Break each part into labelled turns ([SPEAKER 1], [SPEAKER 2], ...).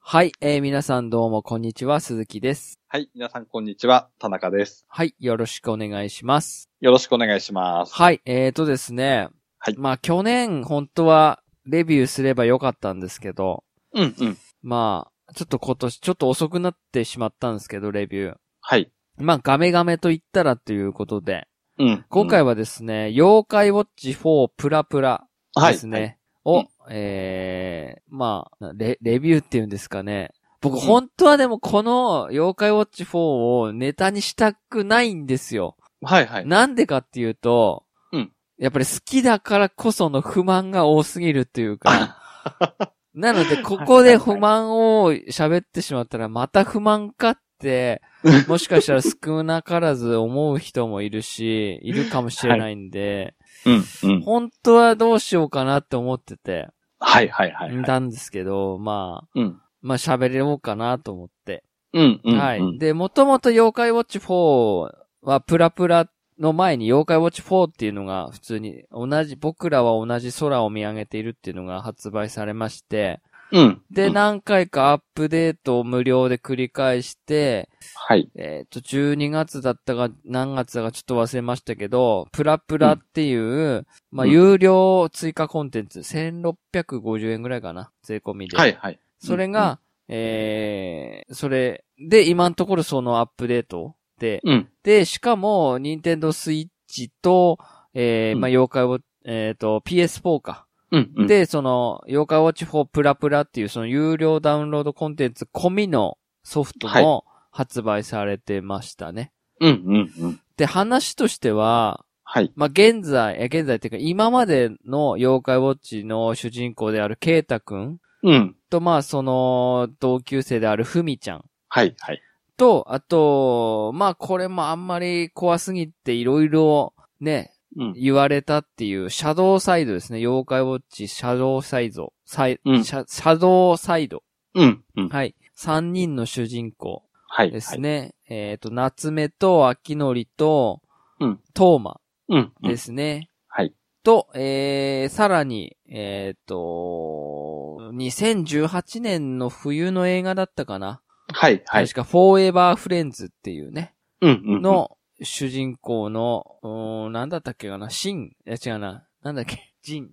[SPEAKER 1] はい、えー皆さんどうもこんにちは、鈴木です。
[SPEAKER 2] はい、皆さんこんにちは、田中です。
[SPEAKER 1] はい、よろしくお願いします。
[SPEAKER 2] よろしくお願いします。
[SPEAKER 1] はい、えーとですね。
[SPEAKER 2] はい
[SPEAKER 1] まあ去年本当はレビューすればよかったんですけど、
[SPEAKER 2] うんうん。
[SPEAKER 1] まあ、ちょっと今年ちょっと遅くなってしまったんですけど、レビュー。
[SPEAKER 2] はい。
[SPEAKER 1] まあガメガメと言ったらということで、
[SPEAKER 2] うん。
[SPEAKER 1] 今回はですね、妖怪ウォッチ4プラプラ
[SPEAKER 2] うん、はい。
[SPEAKER 1] ですね。
[SPEAKER 2] はい。
[SPEAKER 1] を、
[SPEAKER 2] うん
[SPEAKER 1] ええまあレ、レビューっていうんですかね。僕、本当はでもこの妖怪ウォッチ4をネタにしたくないんですよ。
[SPEAKER 2] はいはい。
[SPEAKER 1] なんでかっていうと、
[SPEAKER 2] うん
[SPEAKER 1] やっぱり好きだからこその不満が多すぎるっていうか、なのでここで不満を喋ってしまったらまた不満か って、もしかしたら少なからず思う人もいるし、いるかもしれないんで、
[SPEAKER 2] うんうん。
[SPEAKER 1] 本当はどうしようかなって思ってて、
[SPEAKER 2] はいはいはいはい。
[SPEAKER 1] なんですけど、まあ、
[SPEAKER 2] うん。
[SPEAKER 1] まあ喋れようかなと思って。
[SPEAKER 2] うんうん。
[SPEAKER 1] はい。で、もともと妖怪ウォッチ4はプラプラの前に妖怪ウォッチ4っていうのが普通に同じ、僕らは同じ空を見上げているっていうのが発売されまして、
[SPEAKER 2] うん。
[SPEAKER 1] で、
[SPEAKER 2] うん、
[SPEAKER 1] 何回かアップデートを無料で繰り返して、
[SPEAKER 2] はい。
[SPEAKER 1] えっ、と、12月だったか何月だかちょっと忘れましたけど、プラプラっていう、まあ
[SPEAKER 2] うん
[SPEAKER 1] 有料追加コンテンツ、1650円ぐらいかな、税込みで。
[SPEAKER 2] はいはい。
[SPEAKER 1] それが、えー、それで、今のところそのアップデートで、
[SPEAKER 2] うん。
[SPEAKER 1] で、しかも、任天堂スイッチと、えー
[SPEAKER 2] うん
[SPEAKER 1] まあ、妖怪を、えっ、と、PS4 か。
[SPEAKER 2] うんうん。、
[SPEAKER 1] で、その、妖怪ウォッチ4プラプラっていう、その有料ダウンロードコンテンツ込みのソフトも発売されてましたね。
[SPEAKER 2] うんうんうん。
[SPEAKER 1] で、話としては、
[SPEAKER 2] はい。
[SPEAKER 1] まあ、現在、え現在っていうか、今までの妖怪ウォッチの主人公であるケータくん
[SPEAKER 2] うん。
[SPEAKER 1] と、まあ、その、同級生であるふみちゃん
[SPEAKER 2] はいはい。
[SPEAKER 1] と、あと、まあ、これもあんまり怖すぎていろいろね、
[SPEAKER 2] うん。
[SPEAKER 1] 言われたっていう、シャドウサイドですね。妖怪ウォッチ、シャドウサイド、サイ、
[SPEAKER 2] うん
[SPEAKER 1] シャシャドウサイド。
[SPEAKER 2] うんうん。
[SPEAKER 1] はい。三人の主人公
[SPEAKER 2] はい。
[SPEAKER 1] です。ね。えっ、と、夏目と秋のりと、
[SPEAKER 2] うん
[SPEAKER 1] トーマ
[SPEAKER 2] うん。。
[SPEAKER 1] ですすね。
[SPEAKER 2] はい。
[SPEAKER 1] と、えー、さらに、えっ、と、2018年の冬の映画だったかな。
[SPEAKER 2] はいはい。
[SPEAKER 1] 確か、フォーエバーフレンズっていうね。
[SPEAKER 2] うんうん。、
[SPEAKER 1] の主人公の、うーん、なんだったっけかな、シン、いや違うな、なんだっけ、ジ ン。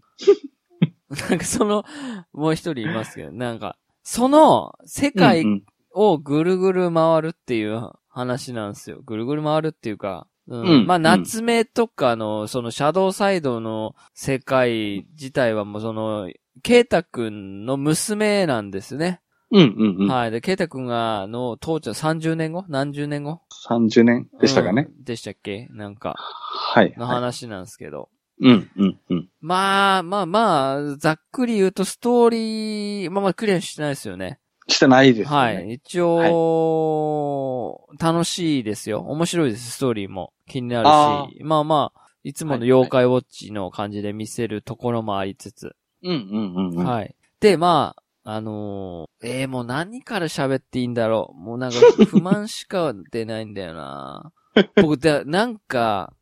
[SPEAKER 1] なんかその、もう一人いますけど、なんか、その世
[SPEAKER 2] う
[SPEAKER 1] 界
[SPEAKER 2] ん
[SPEAKER 1] をぐるぐる回るっていう話なんですよ。ぐるぐる回るっていうか、うん
[SPEAKER 2] うん
[SPEAKER 1] まあ、
[SPEAKER 2] うん
[SPEAKER 1] 夏目とかの、その、シャドウサイドの世界自体はもうその、ケイタくんの娘なんですね。
[SPEAKER 2] うんうんうん。
[SPEAKER 1] はい。で、ケイタくんが、の、父ちゃん30年後何十年後
[SPEAKER 2] 30年でしたかね。
[SPEAKER 1] うんでしたっけなんか、
[SPEAKER 2] はい。
[SPEAKER 1] の
[SPEAKER 2] は
[SPEAKER 1] 話なんですけど。
[SPEAKER 2] い。うんうんうん。
[SPEAKER 1] まあ、まあまあ、ざっくり言うとストーリー、まあまあクリアしてないですよね。
[SPEAKER 2] してないですね。
[SPEAKER 1] はい。一応、楽しいですよ。面白いです、ストーリーも。気になるし。
[SPEAKER 2] あ
[SPEAKER 1] まあまあ、いつもの妖怪ウォッチの感じで見せるところもありつつ。
[SPEAKER 2] うんうんうんうん。
[SPEAKER 1] はい。で、まあ、あのーえー、もう何から喋っていいんだろう。もうなんか、不満しか出ないんだよ な僕、だなんか、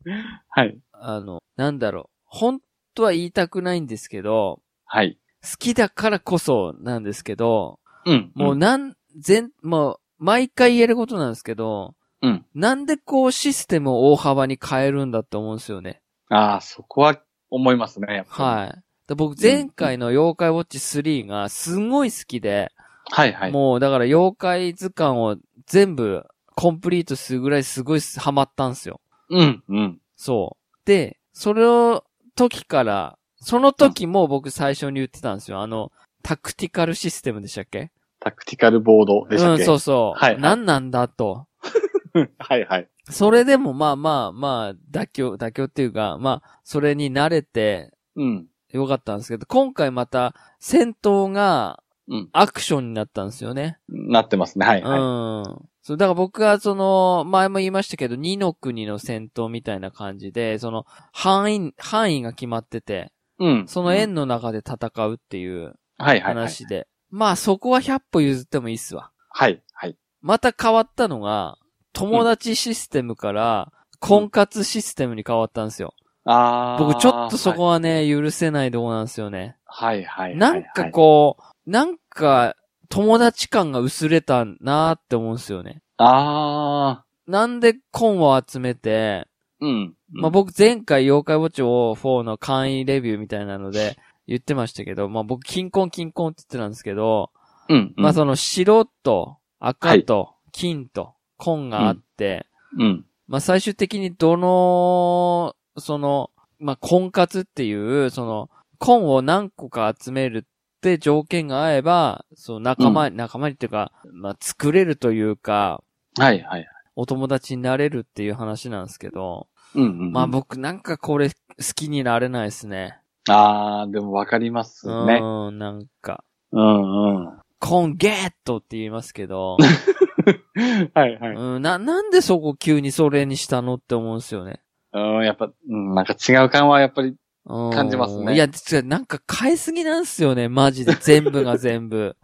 [SPEAKER 2] はい。
[SPEAKER 1] あの、なんだろう。本当は言いたくないんですけど、
[SPEAKER 2] はい。
[SPEAKER 1] 好きだからこそなんですけど、
[SPEAKER 2] うん。
[SPEAKER 1] もうなん、全、もう、毎回言えることなんですけど、
[SPEAKER 2] うん。
[SPEAKER 1] なんでこうシステムを大幅に変えるんだって思うんですよね。
[SPEAKER 2] ああ、そこは思いますね、やっぱ
[SPEAKER 1] はい。で僕、前回の妖怪ウォッチ3がすごい好きで、
[SPEAKER 2] り。はい。はいはい。
[SPEAKER 1] もうだから妖怪図鑑を全部コンプリートするぐらいすごいハマったんですよ。
[SPEAKER 2] うん、うん。
[SPEAKER 1] そう。で、その時から、その時も僕最初に言ってたんですよ。あの、タクティカルシステムでしたっけ
[SPEAKER 2] タクティカルボードでした
[SPEAKER 1] う
[SPEAKER 2] っ
[SPEAKER 1] ん、
[SPEAKER 2] け
[SPEAKER 1] そうそう。
[SPEAKER 2] はいはい
[SPEAKER 1] 何なんだと。
[SPEAKER 2] うん はいはい。
[SPEAKER 1] それでもまあまあまあ、妥協、妥協っていうか、まあ、それに慣れて
[SPEAKER 2] うん。
[SPEAKER 1] よかったんですけど、今回また戦闘が
[SPEAKER 2] うん
[SPEAKER 1] アクションになったんですよね。
[SPEAKER 2] なってますね。はいはい。
[SPEAKER 1] うん。そう、だから僕はその、前も言いましたけど、二の国の戦闘みたいな感じで、その、範囲、範囲が決まってて、
[SPEAKER 2] うん。
[SPEAKER 1] その円の中で戦うっていう
[SPEAKER 2] はいはいはい。
[SPEAKER 1] 話で。まあそこは100歩譲ってもいいっすわ。
[SPEAKER 2] はいはい。
[SPEAKER 1] また変わったのが、友達システムから婚活システムに変わったんですよ。
[SPEAKER 2] ああ。
[SPEAKER 1] 僕ちょっとそこはね、許せないとこなんですよね。
[SPEAKER 2] はい。はいはいはい。
[SPEAKER 1] なんかこう、なんか友達感が薄れたなーって思うんですよね。
[SPEAKER 2] ああ、
[SPEAKER 1] なんでコンを集めて、
[SPEAKER 2] うん。
[SPEAKER 1] まあ、僕前回妖怪ウォッチ4の簡易レビューみたいなので言ってましたけど、まあ、僕、金婚金婚って言ってたんですけど、
[SPEAKER 2] うん。うん
[SPEAKER 1] まあ、その白と赤と金と紺があって、
[SPEAKER 2] うん。
[SPEAKER 1] まあ、最終的にどの、その、まあ、婚活っていう、その、紺を何個か集めるって条件が合えば、その仲間、仲間にっていうか、まあ、作れるというか、
[SPEAKER 2] はいはい。
[SPEAKER 1] お友達になれるっていう話なんですけど、
[SPEAKER 2] うんうんうん。
[SPEAKER 1] まあ僕なんかこれ好きになれないですね。
[SPEAKER 2] ああ、でもわかります
[SPEAKER 1] う
[SPEAKER 2] ね。
[SPEAKER 1] ーん、なんか、
[SPEAKER 2] うん うん。は
[SPEAKER 1] コンゲットって言いますけど、
[SPEAKER 2] いはい。
[SPEAKER 1] うん、な、なんでそこ急にそれにしたのって思うんですよね。
[SPEAKER 2] うん、やっぱ、うん、なんか違う感はやっぱり、
[SPEAKER 1] うん
[SPEAKER 2] 感じますね
[SPEAKER 1] いや、実はなんか買いすぎなんすよね、マジで。全部 が全部。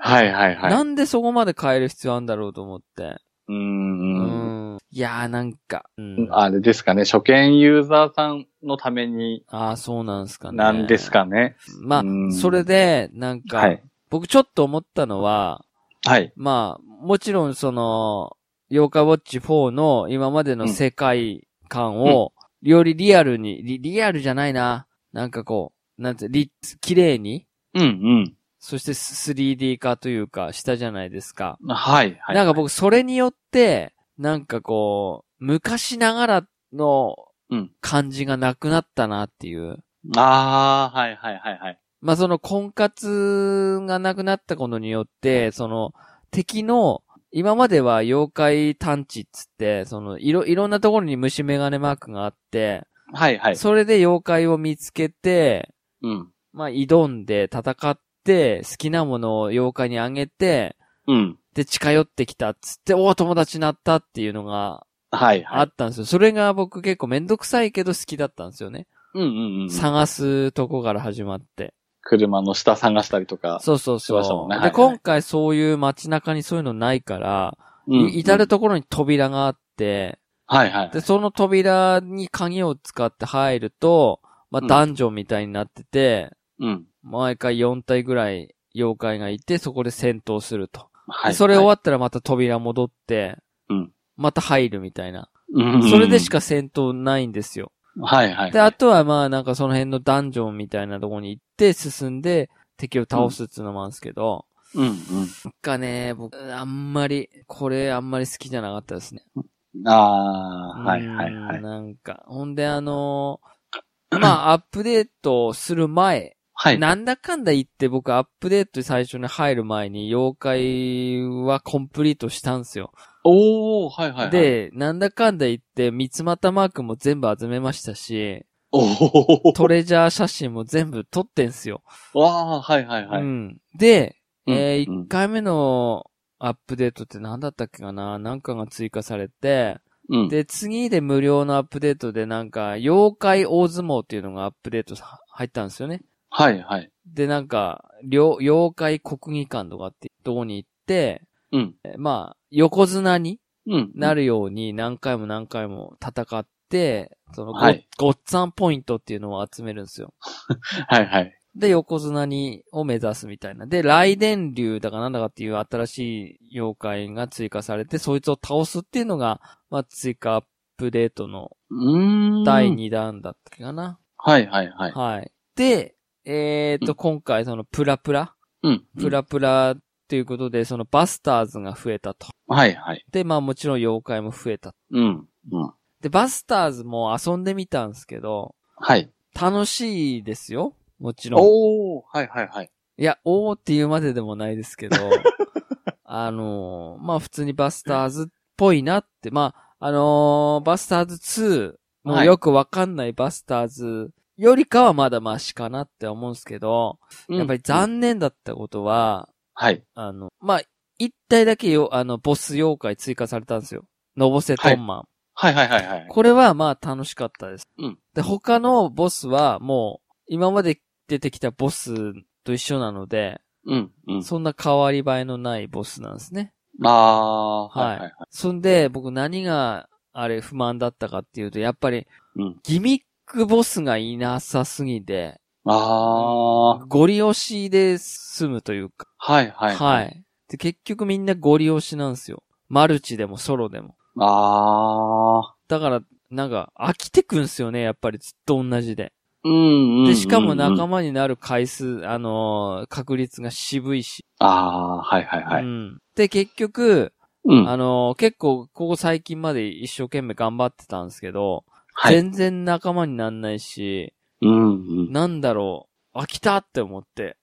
[SPEAKER 2] はいはいはい。
[SPEAKER 1] なんでそこまで変える必要あるんだろうと思って。
[SPEAKER 2] う。
[SPEAKER 1] うんん。いやーなんか、うん、あ
[SPEAKER 2] あれですかね、初見ユーザーさんのために、
[SPEAKER 1] あー、そうなんすかね。
[SPEAKER 2] なんです。かね。
[SPEAKER 1] まあ
[SPEAKER 2] うん、
[SPEAKER 1] それで、なんか、
[SPEAKER 2] はい。
[SPEAKER 1] 僕ちょっと思ったのは、
[SPEAKER 2] はい。
[SPEAKER 1] まあ、もちろんその、妖怪ウォッチ4の今までの世界観を、よりリアルに、リリアルじゃないな。なんかこう、なんて、り、綺麗に、
[SPEAKER 2] うん
[SPEAKER 1] そして 3D 化というか、したじゃないですか。
[SPEAKER 2] うん。はいはい。
[SPEAKER 1] なんか僕、それによって、なんかこう、昔ながらの
[SPEAKER 2] うん
[SPEAKER 1] 感じがなくなったなっていう。
[SPEAKER 2] ああ、はいはいはいはい。
[SPEAKER 1] まあその婚活がなくなったことによって、その敵の、今までは妖怪探知っつって、そのいろ、いろんなところに虫眼鏡マークがあって、
[SPEAKER 2] はいはい。
[SPEAKER 1] それで妖怪を見つけて、
[SPEAKER 2] うん。
[SPEAKER 1] まあ挑んで戦って、好きなものを妖怪にあげて、
[SPEAKER 2] うん。
[SPEAKER 1] で近寄ってきたっつって、おお友達になったっていうのが
[SPEAKER 2] はいは
[SPEAKER 1] あ
[SPEAKER 2] い。
[SPEAKER 1] ったんですよ。それが僕結構めんどくさいけど好きだったんですよね。
[SPEAKER 2] うんうんうん。
[SPEAKER 1] 探すとこから始まって。
[SPEAKER 2] 車の下探したりとか。
[SPEAKER 1] そうそう
[SPEAKER 2] しましたも
[SPEAKER 1] そ
[SPEAKER 2] ん
[SPEAKER 1] う。
[SPEAKER 2] ねはいは
[SPEAKER 1] で、
[SPEAKER 2] い
[SPEAKER 1] 今回そういう街中にそういうのないから、
[SPEAKER 2] うん
[SPEAKER 1] い至る。ところに扉があって、
[SPEAKER 2] はいはい。
[SPEAKER 1] で、その扉に鍵を使って入ると、ま
[SPEAKER 2] う
[SPEAKER 1] あ、
[SPEAKER 2] ん
[SPEAKER 1] ダンジョンみたいになってて、
[SPEAKER 2] うん。
[SPEAKER 1] 毎回4体ぐらい妖怪がいて、そこで戦闘すると。
[SPEAKER 2] は
[SPEAKER 1] で
[SPEAKER 2] い。
[SPEAKER 1] それ終わったらまた扉戻って、
[SPEAKER 2] うん
[SPEAKER 1] また入るみたいな。
[SPEAKER 2] はい、
[SPEAKER 1] それでしか戦闘ないんですよ。
[SPEAKER 2] うん。はいはい。
[SPEAKER 1] で、あとはまあなんかその辺のダンジョンみたいなとこに行って進んで敵を倒すっていうのもあるんですけど、
[SPEAKER 2] うん
[SPEAKER 1] なんかね、僕、あんまり、これあんまり好きじゃなかったですね。
[SPEAKER 2] うん。ああ、はいはいは
[SPEAKER 1] う
[SPEAKER 2] い
[SPEAKER 1] ん。なんか、ほんであのーまあ、アップデートする前、
[SPEAKER 2] はい。
[SPEAKER 1] なんだかんだ言って僕アップデート最初に入る前に妖怪はコンプリートしたんですよ。
[SPEAKER 2] おー、はいはいはい。、
[SPEAKER 1] で、なんだかんだ言って三つ股マークも全部集めましたし、
[SPEAKER 2] おー、
[SPEAKER 1] トレジャー写真も全部撮ってんすよ。
[SPEAKER 2] わあ、はいはいは
[SPEAKER 1] う
[SPEAKER 2] い。
[SPEAKER 1] ん。で、えー、
[SPEAKER 2] うん
[SPEAKER 1] 1回目のアップデートって何だったっけかななんかが追加されて、
[SPEAKER 2] うん。
[SPEAKER 1] で、次で無料のアップデートでなんか、妖怪大相撲っていうのがアップデートさ入ったんですよね。
[SPEAKER 2] はいはい。
[SPEAKER 1] で、なんか、妖妖怪国技館とかってとこに行って、
[SPEAKER 2] うん。
[SPEAKER 1] えーまあ、横綱に
[SPEAKER 2] うん。
[SPEAKER 1] な
[SPEAKER 2] る。
[SPEAKER 1] るように何回も何回も戦って、そのご、
[SPEAKER 2] はい
[SPEAKER 1] ごっつぁんポイントっていうのを集めるんですよ。
[SPEAKER 2] はいはい。
[SPEAKER 1] で、横綱に、を目指すみたいな。で、雷電流だかなんだかっていう新しい妖怪が追加されて、そいつを倒すっていうのが、まあ、追加アップデートの
[SPEAKER 2] うーん。
[SPEAKER 1] 第。2弾だったっけかな。
[SPEAKER 2] はいはいはい。
[SPEAKER 1] はい。で、えー、と、
[SPEAKER 2] う
[SPEAKER 1] 今回そのプラプラ、
[SPEAKER 2] うん。
[SPEAKER 1] プラプラっていうことで、そのバスターズが増えたと。
[SPEAKER 2] はいはい。
[SPEAKER 1] で、まあもちろん妖怪も増えた。
[SPEAKER 2] うん。うん。
[SPEAKER 1] で、バスターズも遊んでみたんですけど、
[SPEAKER 2] はい。
[SPEAKER 1] 楽しいですよ。もちろん。
[SPEAKER 2] おー、はいはいはい。
[SPEAKER 1] いや、おーっていうまででもないです けど、あのーまあ、普通にバスターズっぽいなって、まあ、あのーバスターズ2、も
[SPEAKER 2] は
[SPEAKER 1] う
[SPEAKER 2] い
[SPEAKER 1] よくわかんないバスターズよりかはまだマシかなって思うんですけど、やっぱり
[SPEAKER 2] うん。
[SPEAKER 1] 残念だったことは、
[SPEAKER 2] はい。
[SPEAKER 1] あの、まあ、一体だけよ、あの、ボス妖怪追加されたんですよ。のぼせトンマン。
[SPEAKER 2] はいはいはいはい。
[SPEAKER 1] これはまあ楽しかったです。
[SPEAKER 2] うん
[SPEAKER 1] で、他のボスはもう、今まで出てきたボスと一緒なので、
[SPEAKER 2] うん。うん。
[SPEAKER 1] そんな変わり映えのないボスなんですね。
[SPEAKER 2] あー、はいはいはい。
[SPEAKER 1] そんで、僕何が、あれ不満だったかっていうと、やっぱり
[SPEAKER 2] うん、
[SPEAKER 1] ギミックボスがいなさすぎて、
[SPEAKER 2] ああ、
[SPEAKER 1] ゴリ押しで済むというか。
[SPEAKER 2] はいはい。。
[SPEAKER 1] はいい。で、結局みんなゴリ押しなんですよ。マルチでもソロでも。
[SPEAKER 2] ああ、
[SPEAKER 1] だから、なんか、飽きてくんすよね、やっぱりずっと同じで。
[SPEAKER 2] うんうんうんうん。
[SPEAKER 1] で、しかも仲間になる回数、あのー確率が渋いし。
[SPEAKER 2] ああー、はいはいは
[SPEAKER 1] う
[SPEAKER 2] い。
[SPEAKER 1] ん。で、結局、
[SPEAKER 2] うん。
[SPEAKER 1] あのー結構、ここ最近まで一生懸命頑張ってたんですけど、
[SPEAKER 2] はい。
[SPEAKER 1] 全然仲間になんないし、
[SPEAKER 2] うんうん。
[SPEAKER 1] なんだろう、飽きたって思 って。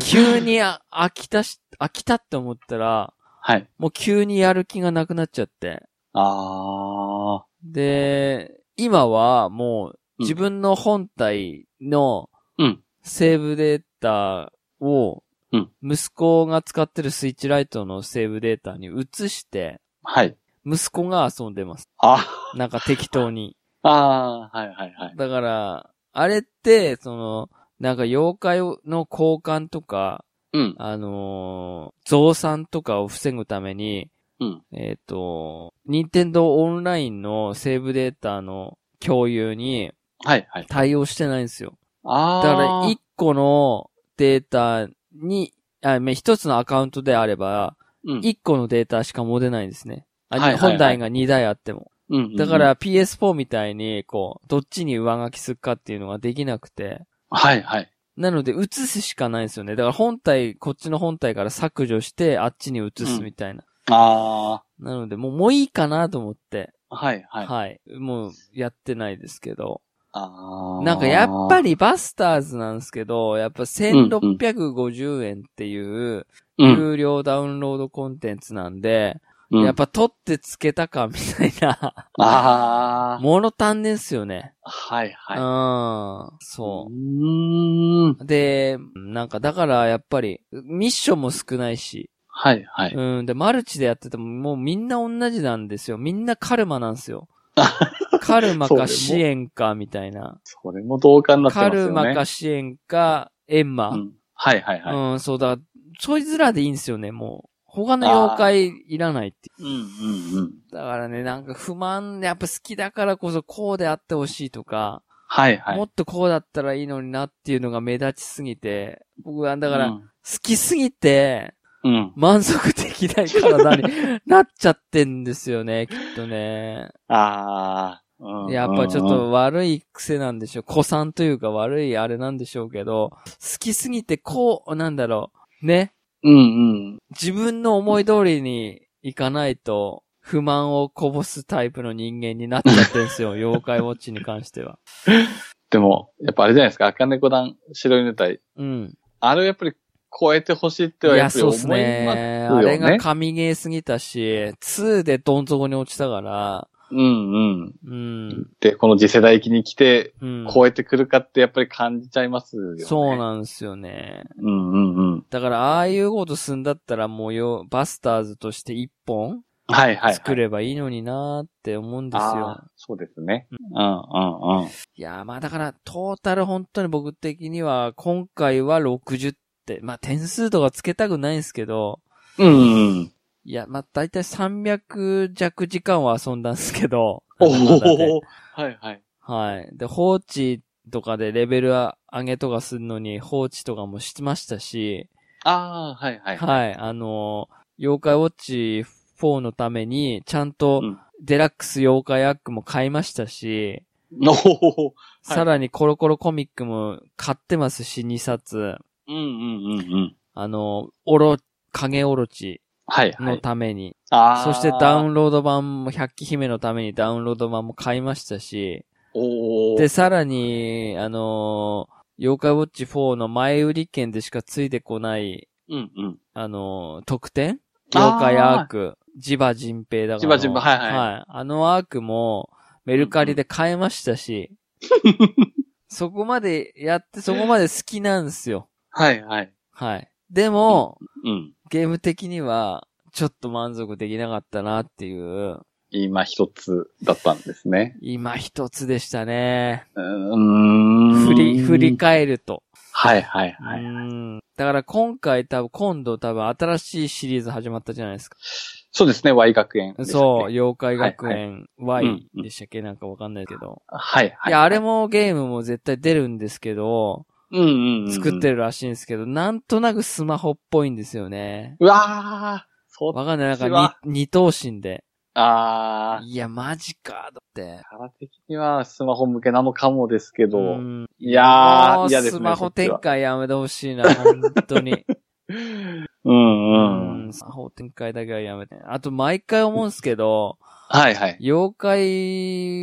[SPEAKER 1] 急にあ飽きたし、飽きたって思ったら、
[SPEAKER 2] はい。
[SPEAKER 1] もう急にやる気がなくなっちゃって。
[SPEAKER 2] ああ、
[SPEAKER 1] で、今はもう
[SPEAKER 2] うん
[SPEAKER 1] 自分の本体の
[SPEAKER 2] うん
[SPEAKER 1] セーブデータを
[SPEAKER 2] うん、
[SPEAKER 1] 息子が使ってるスイッチライトのセーブデータに移して、
[SPEAKER 2] はい。
[SPEAKER 1] 息子が遊んでます。
[SPEAKER 2] あ
[SPEAKER 1] なんか適当に。
[SPEAKER 2] ああー、はいはいはい。
[SPEAKER 1] だから、あれって、その、なんか妖怪の交換とか、
[SPEAKER 2] うん。
[SPEAKER 1] あのー増産とかを防ぐために、
[SPEAKER 2] うん
[SPEAKER 1] えっ、と、任天堂オンラインのセーブデータの共有に
[SPEAKER 2] はいはい。
[SPEAKER 1] 対応してないんですよ。
[SPEAKER 2] あ
[SPEAKER 1] だ
[SPEAKER 2] あ。
[SPEAKER 1] から、1個のデータに、あ、め一つのアカウントであれば、
[SPEAKER 2] うん
[SPEAKER 1] 1個のデータしか持てないんですね。あ
[SPEAKER 2] はいはいはい
[SPEAKER 1] 本体が2台あっても。
[SPEAKER 2] うんうんうん
[SPEAKER 1] だか、ら PS4 みたいに、こう、どっちに上書きするかっていうのができなくて。
[SPEAKER 2] はいはい。
[SPEAKER 1] なので、移すしかないんですよね。だから本体、こっちの本体から削除して、あっちに移すみたいな。
[SPEAKER 2] あ
[SPEAKER 1] なので、もう、もういいかなと思って、
[SPEAKER 2] あ、はいは。
[SPEAKER 1] はいもう、やってないですけど。
[SPEAKER 2] ああ。
[SPEAKER 1] なんか、やっぱ
[SPEAKER 2] り、
[SPEAKER 1] りバスターズなんですけど、やっぱ1650円っていう、
[SPEAKER 2] うん。
[SPEAKER 1] 有料ダウンロードコンテンツなんで、
[SPEAKER 2] うん
[SPEAKER 1] やっぱ取ってつけたかみたいな、
[SPEAKER 2] ああ、
[SPEAKER 1] 物足んねんすよね。
[SPEAKER 2] はいはい。
[SPEAKER 1] うん。そう
[SPEAKER 2] う。ーん。
[SPEAKER 1] で、なんかだからやっぱり、ミッションも少ないし、
[SPEAKER 2] はいはい。
[SPEAKER 1] うん、で、マルチでやっててももうみんな同じなんですよ。みんなカルマなんです よ。カルマ
[SPEAKER 2] そうねも
[SPEAKER 1] か
[SPEAKER 2] う
[SPEAKER 1] 支援かみたいな。
[SPEAKER 2] それも同感になってま
[SPEAKER 1] カ
[SPEAKER 2] すよね。
[SPEAKER 1] ルマか支援かエンマ。
[SPEAKER 2] う
[SPEAKER 1] うん、
[SPEAKER 2] ん。はいはいはい。
[SPEAKER 1] そうだ。そいつらでいいんですよね、もう。他の妖怪いらないってい
[SPEAKER 2] うんうんうん。
[SPEAKER 1] う。だからね、なんか不満、やっぱ好きだからこそこうであってほしいとか、
[SPEAKER 2] はいはい。
[SPEAKER 1] もっとこうだったらいいのになっていうのが目立ちすぎて、僕はだから、
[SPEAKER 2] う
[SPEAKER 1] 好
[SPEAKER 2] ん、
[SPEAKER 1] きすぎて、
[SPEAKER 2] うん。
[SPEAKER 1] 満足できない体 になっちゃってんですよね、きっとね。
[SPEAKER 2] ああ、うん
[SPEAKER 1] やっぱちょっ、と悪い癖なんでしょう。古参というか悪いあれなんでしょうけど、好きすぎてこう、なんだろう。ね。
[SPEAKER 2] うんうん。
[SPEAKER 1] 自分の思い通りにいかないと、不満をこぼすタイプの人間になっちゃってんで すよ。妖怪ウォッチに関しては。
[SPEAKER 2] でも、やっぱあれじゃないですか、赤猫団、白犬隊。
[SPEAKER 1] うん。
[SPEAKER 2] あれをやっぱり超えてほしいって
[SPEAKER 1] い
[SPEAKER 2] はや
[SPEAKER 1] や、
[SPEAKER 2] っぱり
[SPEAKER 1] そうっ
[SPEAKER 2] 思いますすよね。
[SPEAKER 1] ね。あれが神ゲーすぎたし、2でどん底に落ちたから、
[SPEAKER 2] うんうん。
[SPEAKER 1] うん。
[SPEAKER 2] で、この次世代期に来て、
[SPEAKER 1] うん。
[SPEAKER 2] 超えてくるかってやっぱり感じちゃいますよね。
[SPEAKER 1] そうんなんですよね。
[SPEAKER 2] うんうんうん。
[SPEAKER 1] だから、ああいうことすんだったら、もうよ、バスターズとして一本
[SPEAKER 2] はいはい、はい。
[SPEAKER 1] 作ればいいのになーって思うんですよ。
[SPEAKER 2] あーそうですね。うんうんうん。
[SPEAKER 1] い、やー、まあだから、トータル本当に僕的には、今回は60って、まあ点数とかつけたくないんですけど、
[SPEAKER 2] うんうん。
[SPEAKER 1] いや、まあ大体300弱時間は遊んだんですけど、
[SPEAKER 2] お
[SPEAKER 1] なんだかんだで
[SPEAKER 2] おはいはい。
[SPEAKER 1] はい。で、放置とかでレベル上げとかするのに放置とかもしてましたし、
[SPEAKER 2] ああ、はいはい。
[SPEAKER 1] はい、あのー妖怪ウォッチ4のために、ちゃんと
[SPEAKER 2] うん、
[SPEAKER 1] デラックス妖怪アックも買いましたし、
[SPEAKER 2] おおはい
[SPEAKER 1] さらにコロコロコミックも買ってますし、2冊。
[SPEAKER 2] うんうんうんうん。
[SPEAKER 1] あのーおろ、影おろち
[SPEAKER 2] はいは
[SPEAKER 1] の
[SPEAKER 2] い。
[SPEAKER 1] ために。
[SPEAKER 2] あ
[SPEAKER 1] そしてダウ
[SPEAKER 2] ン。
[SPEAKER 1] ンロード版も、百鬼姫のためにダウンロード版も買いましたし、
[SPEAKER 2] おお。
[SPEAKER 1] で、さらに、あのー妖怪ウォッチ4の前売り券でしかついてこない、
[SPEAKER 2] うんうん。
[SPEAKER 1] あのー特典
[SPEAKER 2] あー
[SPEAKER 1] 妖怪アーク、ジバ人平だから。
[SPEAKER 2] ジバジンペイはいはい
[SPEAKER 1] あのアークも、メルカリで買えました し、そこまでやって、そこまで好きなんですよ。
[SPEAKER 2] はいはい。
[SPEAKER 1] はい。でも、
[SPEAKER 2] うん。
[SPEAKER 1] ゲーム的には、ちょっと満足できなかったなっていう、
[SPEAKER 2] 今一つだったんですね。
[SPEAKER 1] 今一つでしたね。
[SPEAKER 2] うーん。
[SPEAKER 1] 振り、振り。返ると。
[SPEAKER 2] はいはいは
[SPEAKER 1] う
[SPEAKER 2] い。
[SPEAKER 1] ん。だから今回多分、今度多分新しいシリーズ始まったじゃないですか。
[SPEAKER 2] そうですね、Y 学園でしたっけ。
[SPEAKER 1] そう、妖怪学園
[SPEAKER 2] いは
[SPEAKER 1] Y
[SPEAKER 2] いうん
[SPEAKER 1] でしたっけなんかわかんないけど。
[SPEAKER 2] はいはい。
[SPEAKER 1] いや、あれもゲームも絶対出るんですけど、
[SPEAKER 2] うんうんうん。
[SPEAKER 1] 作ってるらしいんですけど、なんとなくスマホっぽいんですよね。
[SPEAKER 2] うわー、そう、
[SPEAKER 1] わかんない。なん
[SPEAKER 2] うちは
[SPEAKER 1] かに二等身で。
[SPEAKER 2] あー、
[SPEAKER 1] いや、マジか、だって。
[SPEAKER 2] 力的にはスマホ向けなのかもですけど、
[SPEAKER 1] ん
[SPEAKER 2] いや
[SPEAKER 1] も
[SPEAKER 2] ー、
[SPEAKER 1] う
[SPEAKER 2] 嫌ですね。
[SPEAKER 1] スマホ
[SPEAKER 2] そ
[SPEAKER 1] 展
[SPEAKER 2] っちは
[SPEAKER 1] 開やめてほしい な、本当に。
[SPEAKER 2] うん
[SPEAKER 1] う
[SPEAKER 2] うん。
[SPEAKER 1] んスマホ展開だけはやめて。あと、毎回思うんですけど、
[SPEAKER 2] はいはい。
[SPEAKER 1] 妖怪ウ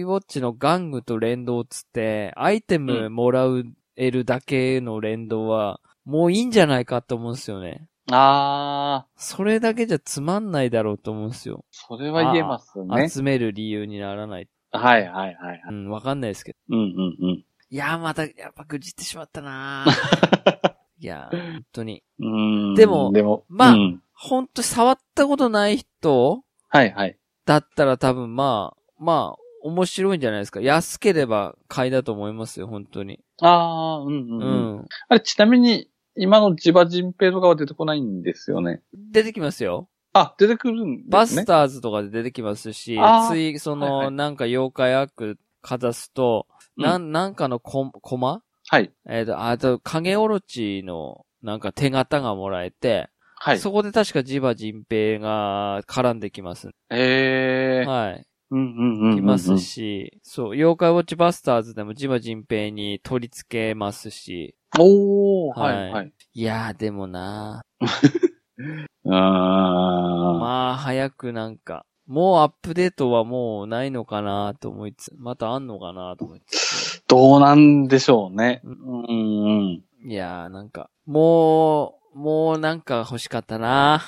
[SPEAKER 1] ォッチの玩具と連動っつって、アイテムもらうえるだけの連動は、もういいんじゃないかと思うんですよね。
[SPEAKER 2] あー、
[SPEAKER 1] それだけじゃつまんないだろうと思うんですよ。
[SPEAKER 2] それは言えますね。
[SPEAKER 1] 集める理由にならない。
[SPEAKER 2] はいはいはいはい。
[SPEAKER 1] うん、わかんないですけど。
[SPEAKER 2] うんうんうん。
[SPEAKER 1] いやー、また、やっぱ愚痴ってしまったな ーいやー、本当に。
[SPEAKER 2] うーん
[SPEAKER 1] でも
[SPEAKER 2] でも、
[SPEAKER 1] まあ
[SPEAKER 2] うん
[SPEAKER 1] ほんと触ったことない人
[SPEAKER 2] はいはい。
[SPEAKER 1] だったら多分まあ、まあ、面白いんじゃないですか。安ければ買いだと思いますよ、本当に。
[SPEAKER 2] ああ、
[SPEAKER 1] う。
[SPEAKER 2] うんうんん。うん、あれ、ちなみに、今のジバジンペイとかは出てこないんですよね。
[SPEAKER 1] 出てきますよ。
[SPEAKER 2] あ、出てくるんですね。
[SPEAKER 1] バスターズとかで出てきますし、
[SPEAKER 2] あー
[SPEAKER 1] つい、その、
[SPEAKER 2] はいはい
[SPEAKER 1] なんか妖怪アークかざすと、
[SPEAKER 2] うん
[SPEAKER 1] なん、なんかのココマ
[SPEAKER 2] はい。
[SPEAKER 1] えっ、と、あと、影オロチの、なんか手形がもらえて、
[SPEAKER 2] はい。
[SPEAKER 1] そこで確かジバジンペイが絡んできます。
[SPEAKER 2] ええー。
[SPEAKER 1] はい。
[SPEAKER 2] うんうんうんうんうん。
[SPEAKER 1] きますし、そう、妖怪ウォッチバスターズでもジバジンペイに取り付けますし、
[SPEAKER 2] おー、はい
[SPEAKER 1] は
[SPEAKER 2] はい。
[SPEAKER 1] いやーでもな
[SPEAKER 2] うーん。
[SPEAKER 1] ー、まあ早くなんか、もうアップデートはもうないのかなーと思いつつ、またあんのかなーと思いつつ、
[SPEAKER 2] どうなんでしょうね。
[SPEAKER 1] う
[SPEAKER 2] うんんうん。
[SPEAKER 1] いやーなんか、もう、もうなんか欲しかったな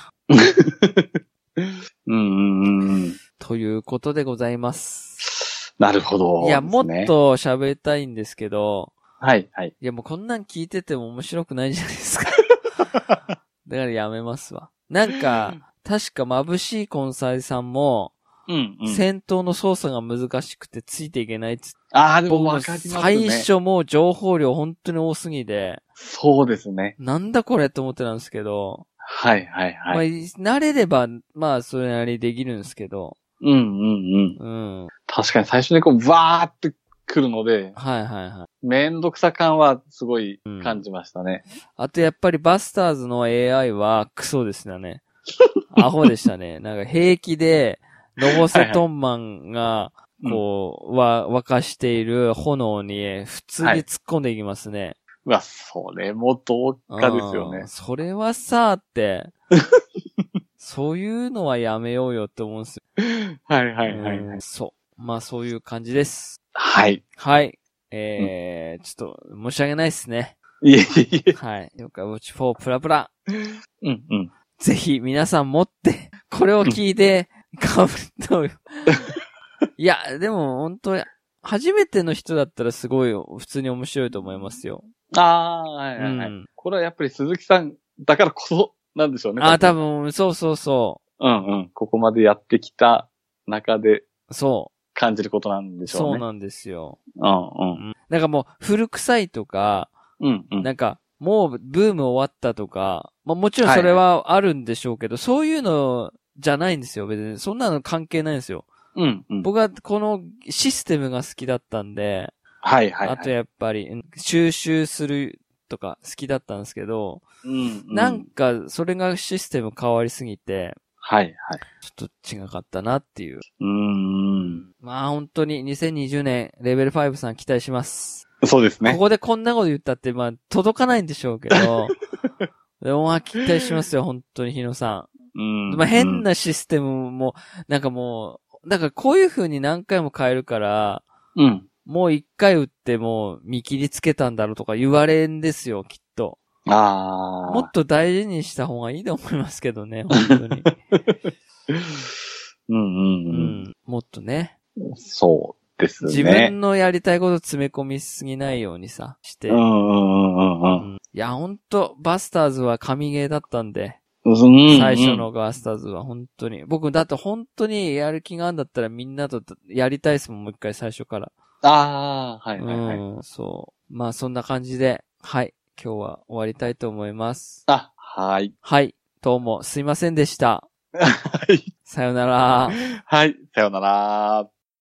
[SPEAKER 2] うんうんうんうん。
[SPEAKER 1] ーということでございます。
[SPEAKER 2] なるほど、
[SPEAKER 1] いや、もっ
[SPEAKER 2] ですね。
[SPEAKER 1] と喋りたいんですけど、
[SPEAKER 2] はいはい。
[SPEAKER 1] いやもうこんなん聞いてても面白くないじゃない ですか。だからやめますわ。なんか、確か眩しい根菜さんも、
[SPEAKER 2] うんうん。
[SPEAKER 1] 戦闘の操作が難しくてついていけないっつって、
[SPEAKER 2] ああ、でも
[SPEAKER 1] 僕
[SPEAKER 2] わ
[SPEAKER 1] も
[SPEAKER 2] かりますね。
[SPEAKER 1] 最初もう情報量本当に多すぎて、
[SPEAKER 2] そうですね。
[SPEAKER 1] なんだこれって思ってたんですけど、
[SPEAKER 2] はいはいはい。
[SPEAKER 1] まあ、慣れれば、まあ、それなりできるんですけど、
[SPEAKER 2] うんうんうん。
[SPEAKER 1] うん。
[SPEAKER 2] 確かに最初にこう、わーって来るので、
[SPEAKER 1] はいはいはい。
[SPEAKER 2] めんどくさ感はすごい感じましたね。
[SPEAKER 1] あとやっぱりバスターズの AI はクソでした ね。アホでしたね。なんか平気で、ロゴセトンマンが、
[SPEAKER 2] こ
[SPEAKER 1] こう、わ、沸かしている炎に普通に突っ込んでいきますね。
[SPEAKER 2] う、うわ、それもどうかですよ
[SPEAKER 1] う
[SPEAKER 2] ね
[SPEAKER 1] ん。それはさ、って、 そういうのはやめようよって思うんですよ。
[SPEAKER 2] はいはいはいは
[SPEAKER 1] う
[SPEAKER 2] い
[SPEAKER 1] ん。そう。まあそういう感じです。
[SPEAKER 2] はい。
[SPEAKER 1] はい。えーちょっと、申し訳ないですね。
[SPEAKER 2] いえいえ。
[SPEAKER 1] はい。妖怪ウォッチ4プラプラ。
[SPEAKER 2] うんうん。
[SPEAKER 1] ぜひ皆さん持って、これを聞い て、かぶと。いや、でも本当初めての人だったらすごい、普通に面白いと思いますよ。
[SPEAKER 2] ああー、は
[SPEAKER 1] う
[SPEAKER 2] いはいはい。
[SPEAKER 1] ん。
[SPEAKER 2] これはやっぱり鈴木さんだからこそなんでしょうね。
[SPEAKER 1] あ、多分、そうそうそ
[SPEAKER 2] うんうん。ここまでやってきた中で
[SPEAKER 1] う。そ
[SPEAKER 2] 感じることなんで
[SPEAKER 1] う。
[SPEAKER 2] しょ
[SPEAKER 1] そうう
[SPEAKER 2] ね。
[SPEAKER 1] なんですよ。
[SPEAKER 2] うんうん。
[SPEAKER 1] なんかもう古臭いとか、
[SPEAKER 2] うんうん。
[SPEAKER 1] なんかもうブーム終わったとか、まあもちろんそれはあるんでしょうけど、そういうのじゃないんですよ。別にそんなの関係ないんですよ。
[SPEAKER 2] うんうん。
[SPEAKER 1] 僕はこのシステムが好きだったんで、
[SPEAKER 2] はいはいは
[SPEAKER 1] あ
[SPEAKER 2] い。
[SPEAKER 1] とやっぱりうん収集するとか好きだったんですけど、
[SPEAKER 2] うんうん。
[SPEAKER 1] なんかそれがシステム変わりすぎて、
[SPEAKER 2] はいはい。
[SPEAKER 1] ちょっと違かったなっていう。
[SPEAKER 2] うーん。
[SPEAKER 1] まあ本当に2020年レベル5さん期待します。
[SPEAKER 2] そうですね
[SPEAKER 1] こ。こでこんなこと言ったって、まあ、届かないんでしょうけ ど、でもまあ、期待しますよ、本当に、日野さ
[SPEAKER 2] うん
[SPEAKER 1] ん。まあ、変。なシステムも、なんかもう、だからこういう風に何回も変えるから、
[SPEAKER 2] うん。
[SPEAKER 1] もう一回打ってもう見切りつけたんだろうとか言われんですよ、きっと。
[SPEAKER 2] あ
[SPEAKER 1] もっと大事にした方がいいと思いますけど ね、本当に。
[SPEAKER 2] ー。う
[SPEAKER 1] う
[SPEAKER 2] んうん
[SPEAKER 1] ん、もっとね。
[SPEAKER 2] うん。そうですね。
[SPEAKER 1] 自分のやりたいこと詰め込みすぎないようにさ、して。
[SPEAKER 2] うんうんうんう
[SPEAKER 1] うんんいや、ほんと、バスターズは神ゲーだったんで。
[SPEAKER 2] うん。うん
[SPEAKER 1] 最初。のガースターズは本当に。僕、だって本当にやる気があるんだったらみんなとやりたいですもん、もう一回最初から。
[SPEAKER 2] ああ、はいはいはい。
[SPEAKER 1] うん、そう。まあそんな感じで、はい。今日は終わりたいと思います。
[SPEAKER 2] あ、はい。
[SPEAKER 1] はい。どうもすいませんでした。
[SPEAKER 2] はい。
[SPEAKER 1] さよなら。
[SPEAKER 2] はい。さよなら。